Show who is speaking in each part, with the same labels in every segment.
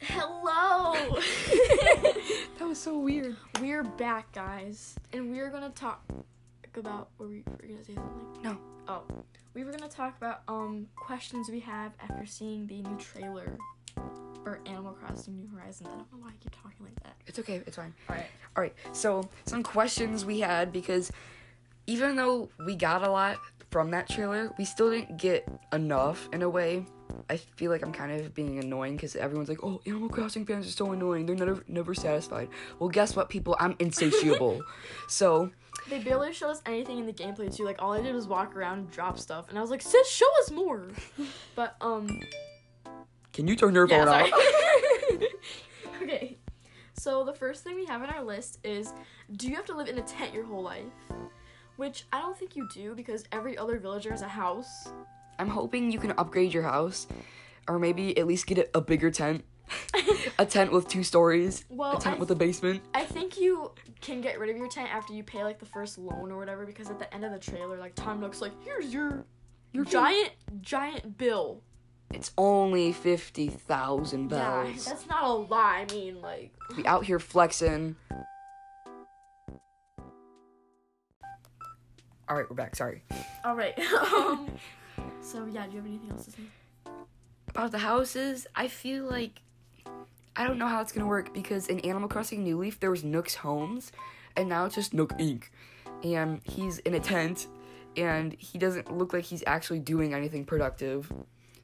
Speaker 1: Hello!
Speaker 2: That was so weird.
Speaker 1: we're back, guys, and we're gonna talk about. Were we were you gonna say something?
Speaker 2: No.
Speaker 1: Oh, we were gonna talk about um questions we have after seeing the new trailer for Animal Crossing New Horizons. I don't know why I keep talking like that.
Speaker 2: It's okay. It's fine.
Speaker 1: All right.
Speaker 2: All right. So some questions we had because even though we got a lot from that trailer, we still didn't get enough in a way. I feel like I'm kind of being annoying because everyone's like, "Oh, Animal Crossing fans are so annoying. They're never never satisfied." Well, guess what, people? I'm insatiable. so
Speaker 1: They barely showed us anything in the gameplay too. Like all I did was walk around and drop stuff, and I was like, "Sis, show us more." but um,
Speaker 2: can you turn your
Speaker 1: Yeah,
Speaker 2: phone off?
Speaker 1: sorry. okay. So the first thing we have on our list is do you have to live in a tent your whole life? Which I don't think you do because every other villager has a house.
Speaker 2: I'm hoping you can upgrade your house, or maybe at least get a- a bigger tent, a tent with two stories,
Speaker 1: Well,
Speaker 2: a tent
Speaker 1: I-
Speaker 2: with a basement.
Speaker 1: I think you can get rid of your tent after you pay like the first loan or whatever because at the end of the trailer like Tom Nook's like, "Here's your your giant giant bill."
Speaker 2: It's only fifty thousand
Speaker 1: Yeah,
Speaker 2: bells.
Speaker 1: that's not a lie. I mean, like
Speaker 2: We out here flexing. All right, we're back. Sorry
Speaker 1: all right. um So yeah, do you have anything else to say?
Speaker 2: about the houses. I feel like I don't know how it's gonna work because in Animal Crossing New Leaf there was Nook's homes, and now it's just Nook Inc. And he's in a tent, and he doesn't look like he's actually doing anything productive.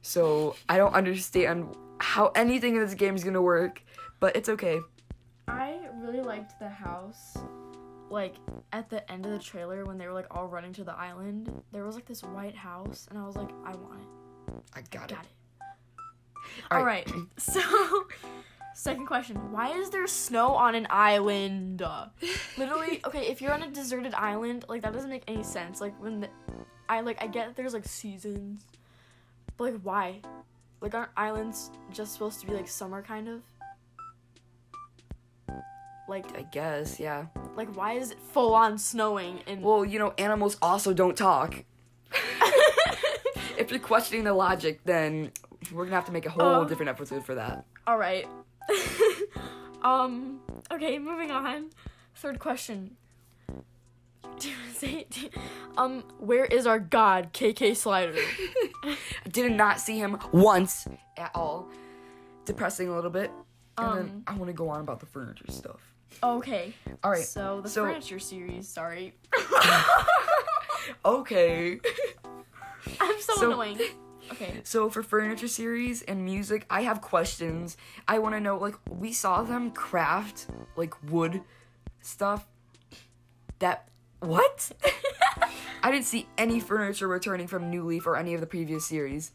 Speaker 2: So I don't understand how anything in this game is gonna work, but it's okay.
Speaker 1: I really liked the house. Like at the end of the trailer when they were like all running to the island, there was like this white house and I was like, I want it.
Speaker 2: I got,
Speaker 1: Got
Speaker 2: it.
Speaker 1: it.
Speaker 2: All
Speaker 1: All right. so second question, why is there snow on an island? Literally, okay, if you're on a deserted island, like that doesn't make any sense. Like when the, I like I get that there's like seasons. But like why? Like aren't islands just supposed to be like summer kind of? Like
Speaker 2: I guess, yeah.
Speaker 1: Like, why is it full on snowing? And
Speaker 2: Well, you know, animals also don't talk. If you're questioning the logic, then we're gonna have to make a whole
Speaker 1: Oh.
Speaker 2: different episode for that.
Speaker 1: all right. um. Okay, moving on. Third question. Do you wanna say it? Um, where is our god, KK Slider?
Speaker 2: I did not see him once at all. Depressing a little bit. And
Speaker 1: Um.
Speaker 2: then I want to go on about the furniture stuff.
Speaker 1: okay.
Speaker 2: All right.
Speaker 1: So the
Speaker 2: so-
Speaker 1: furniture series. Sorry.
Speaker 2: Okay.
Speaker 1: I'm so,
Speaker 2: So-
Speaker 1: annoying. Okay.
Speaker 2: So for furniture series and music, I have questions. I want to know like we saw them craft like wood stuff. That what? I didn't see any furniture returning from New Leaf or any of the previous series.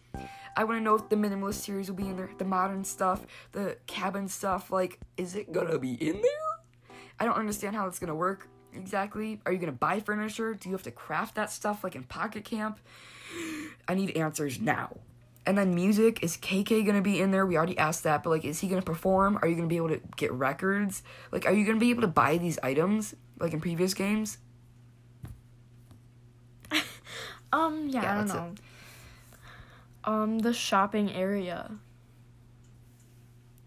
Speaker 2: I want to know if the minimalist series will be in there, the modern stuff, the cabin stuff. Like, is it gonna be in there? I don't understand how it's gonna work exactly. Are you gonna buy furniture? Do you have to craft that stuff like in Pocket Camp? I need answers now. And then music is KK gonna be in there? We already asked that, but like, is he gonna perform? Are you gonna be able to get records? Like, are you gonna be able to buy these items like in previous games?
Speaker 1: Um. Yeah.
Speaker 2: Yeah,
Speaker 1: I don't know.
Speaker 2: that's
Speaker 1: Um. The shopping area.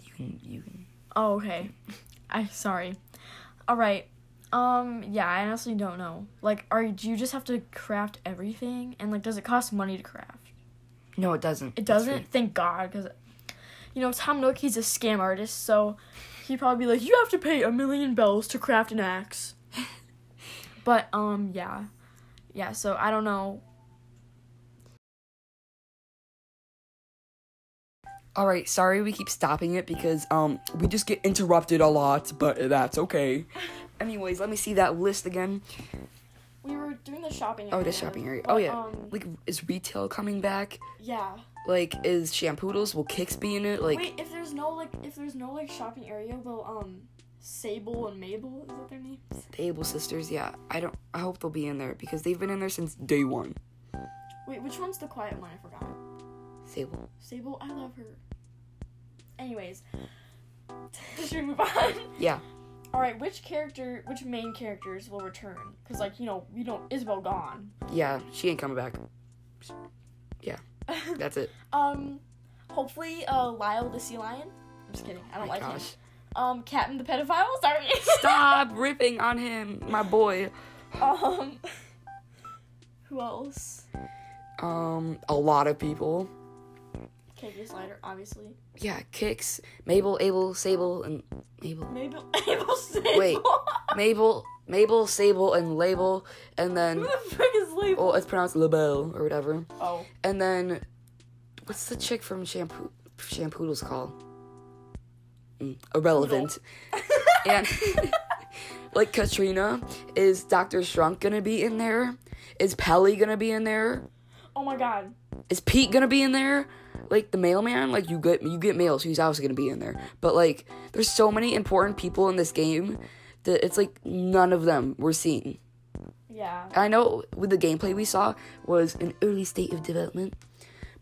Speaker 2: You can, you can.
Speaker 1: Oh, okay. I sorry. All right. Um. Yeah, I honestly don't know. Like, are do you just have to craft everything? And like, does it cost money to craft?
Speaker 2: No, it
Speaker 1: It
Speaker 2: doesn't. It's free.
Speaker 1: doesn't. Thank God, because you know Tom Nook, he's a scam artist, so he'd probably be like, you have to pay a million bells to craft an axe. but um, yeah, yeah. So I don't know.
Speaker 2: All right, sorry we keep stopping it because um we just get interrupted a lot, but that's okay. Anyways, let me see that list again.
Speaker 1: We were doing the shopping.
Speaker 2: Oh, the shopping area. Oh
Speaker 1: but,
Speaker 2: yeah.
Speaker 1: Um,
Speaker 2: Like is retail coming back?
Speaker 1: yeah.
Speaker 2: Like is Shampoodles will Kicks be in it? Like
Speaker 1: Wait, if there's no like, if there's no like shopping area, will um, Sable and Mabel is that their names?
Speaker 2: the Able Sisters, yeah. I don't I hope they'll be in there because they've been in there since day 1.
Speaker 1: Wait, which one's the quiet one? I forgot.
Speaker 2: Sable.
Speaker 1: Sable, I love her. Anyways, should we move on?
Speaker 2: Yeah.
Speaker 1: All right, which character, which main characters will return? Cause like you know, we don't Isabel gone.
Speaker 2: Yeah, she ain't coming back. Yeah. That's it.
Speaker 1: um, hopefully, uh, Lyle the sea lion. I'm just kidding. I don't
Speaker 2: Oh My
Speaker 1: like
Speaker 2: gosh.
Speaker 1: him. Um, Captain the pedophile. Sorry.
Speaker 2: Stop ripping on him, my boy.
Speaker 1: um, who else?
Speaker 2: Um, a lot of people.
Speaker 1: KJ Slider, obviously.
Speaker 2: Yeah, Kicks, Mabel, Abel, Sable, and Mabel,
Speaker 1: Mabel. Mabel Sable.
Speaker 2: Wait. Mabel, Mabel, Sable, and Label, and
Speaker 1: who
Speaker 2: then
Speaker 1: the frick is Label?
Speaker 2: well, it's pronounced Label or whatever.
Speaker 1: Oh,
Speaker 2: And then what's the chick from Shampoo Shampoodles called? Mm, irrelevant.
Speaker 1: Oh.
Speaker 2: and like Katrina, is Doctor Shrunk gonna be in there? Is Pelly gonna be in there?
Speaker 1: oh my God.
Speaker 2: Is Pete gonna be in there? Like the mailman, like you get you get mail, so he's obviously gonna be in there. But like, there's so many important people in this game that it's like none of them were seen.
Speaker 1: Yeah.
Speaker 2: I know with the gameplay we saw was an early state of development,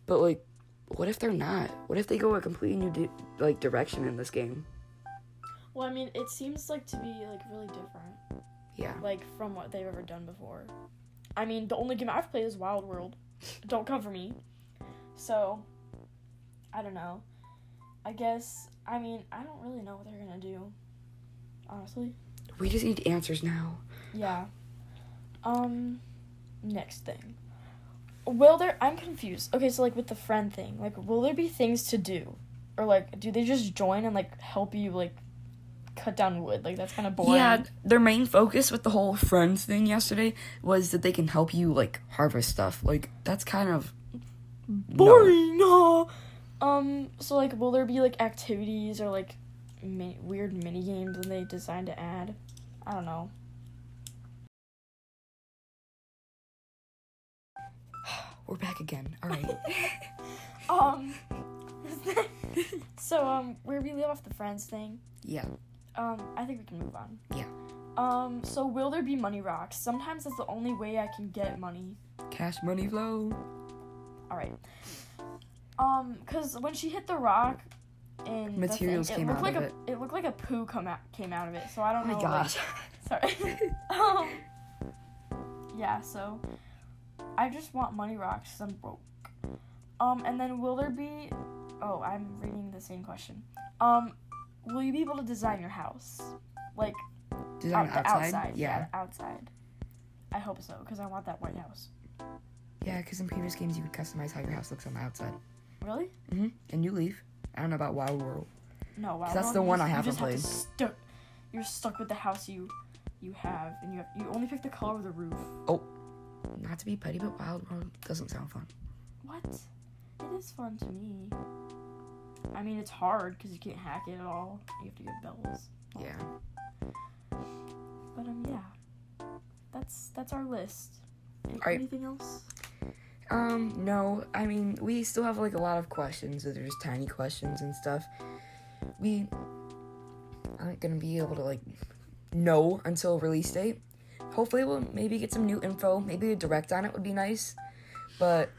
Speaker 2: but like, what if they're not? What if they go a completely new di- like direction in this game?
Speaker 1: Well, I mean, it seems like to be like really different,
Speaker 2: Yeah,
Speaker 1: like from what they've ever done before. I mean, the only game I've played is Wild World. don't come for me. So, I don't know. I guess I mean I don't really know what they're gonna do. Honestly.
Speaker 2: we just need answers now.
Speaker 1: Yeah. Um. Next thing. Will there? I'm confused. Okay, so like with the friend thing, like will there be things to do, or like do they just join and like help you like cut down wood? Like that's kind of boring.
Speaker 2: Yeah, their main focus with the whole friends thing yesterday was that they can help you like harvest stuff. Like that's kind of
Speaker 1: boring. No. Um. So like, will there be like activities or like mi- weird mini games that they designed to add? I don't know.
Speaker 2: We're back again. All right.
Speaker 1: Um. so um, where we leave off the friends thing.
Speaker 2: yeah.
Speaker 1: Um, I think we can move on.
Speaker 2: Yeah.
Speaker 1: Um, so will there be money rocks? Sometimes that's the only way I can get money.
Speaker 2: Cash money flow.
Speaker 1: Alright. Um, cause when she hit the rock and that's the
Speaker 2: Materials
Speaker 1: end,
Speaker 2: came
Speaker 1: looked
Speaker 2: out
Speaker 1: like
Speaker 2: of
Speaker 1: a, it. looked like a poo come out came out of it, so I don't
Speaker 2: Oh my
Speaker 1: know. like-
Speaker 2: gosh.
Speaker 1: sorry. um Yeah, so I just want money rocks 'cause I'm broke. Um, and then will there be oh, I'm reading the same question. Um, will you be able to design your house? Like
Speaker 2: Design
Speaker 1: Out- the
Speaker 2: outside.
Speaker 1: yeah.
Speaker 2: Yeah.
Speaker 1: outside. I hope so, because I want that White House.
Speaker 2: Yeah, because in previous games you could customize how your house looks on the outside.
Speaker 1: Really?
Speaker 2: Mm-hmm. And you leave. I don't know about Wild World.
Speaker 1: No. Wow.
Speaker 2: That's
Speaker 1: Well,
Speaker 2: the
Speaker 1: you
Speaker 2: one
Speaker 1: just-
Speaker 2: I
Speaker 1: you
Speaker 2: haven't
Speaker 1: just have to
Speaker 2: played.
Speaker 1: stuck- you're stuck with the house you you have, and you have, you only pick the color of the roof.
Speaker 2: Not to be petty, but Wild World doesn't sound fun.
Speaker 1: What? It is fun to me. I mean, it's hard because you can't hack it at all. You have to get bells.
Speaker 2: Yeah.
Speaker 1: But um, yeah. That's that's our list. Any-
Speaker 2: right.
Speaker 1: Anything else?
Speaker 2: Um, no. I mean, we still have like a lot of questions. They're just tiny questions and stuff. We aren't gonna be able to like know until release date. Hopefully, we'll maybe get some new info. Maybe a direct on it would be nice, but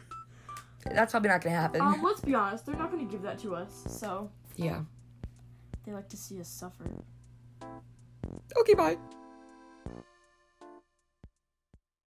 Speaker 2: that's probably not gonna happen.
Speaker 1: Um, let's be honest. They're not going to give that to us, so
Speaker 2: yeah.
Speaker 1: they like to see us suffer.
Speaker 2: Okay. Bye.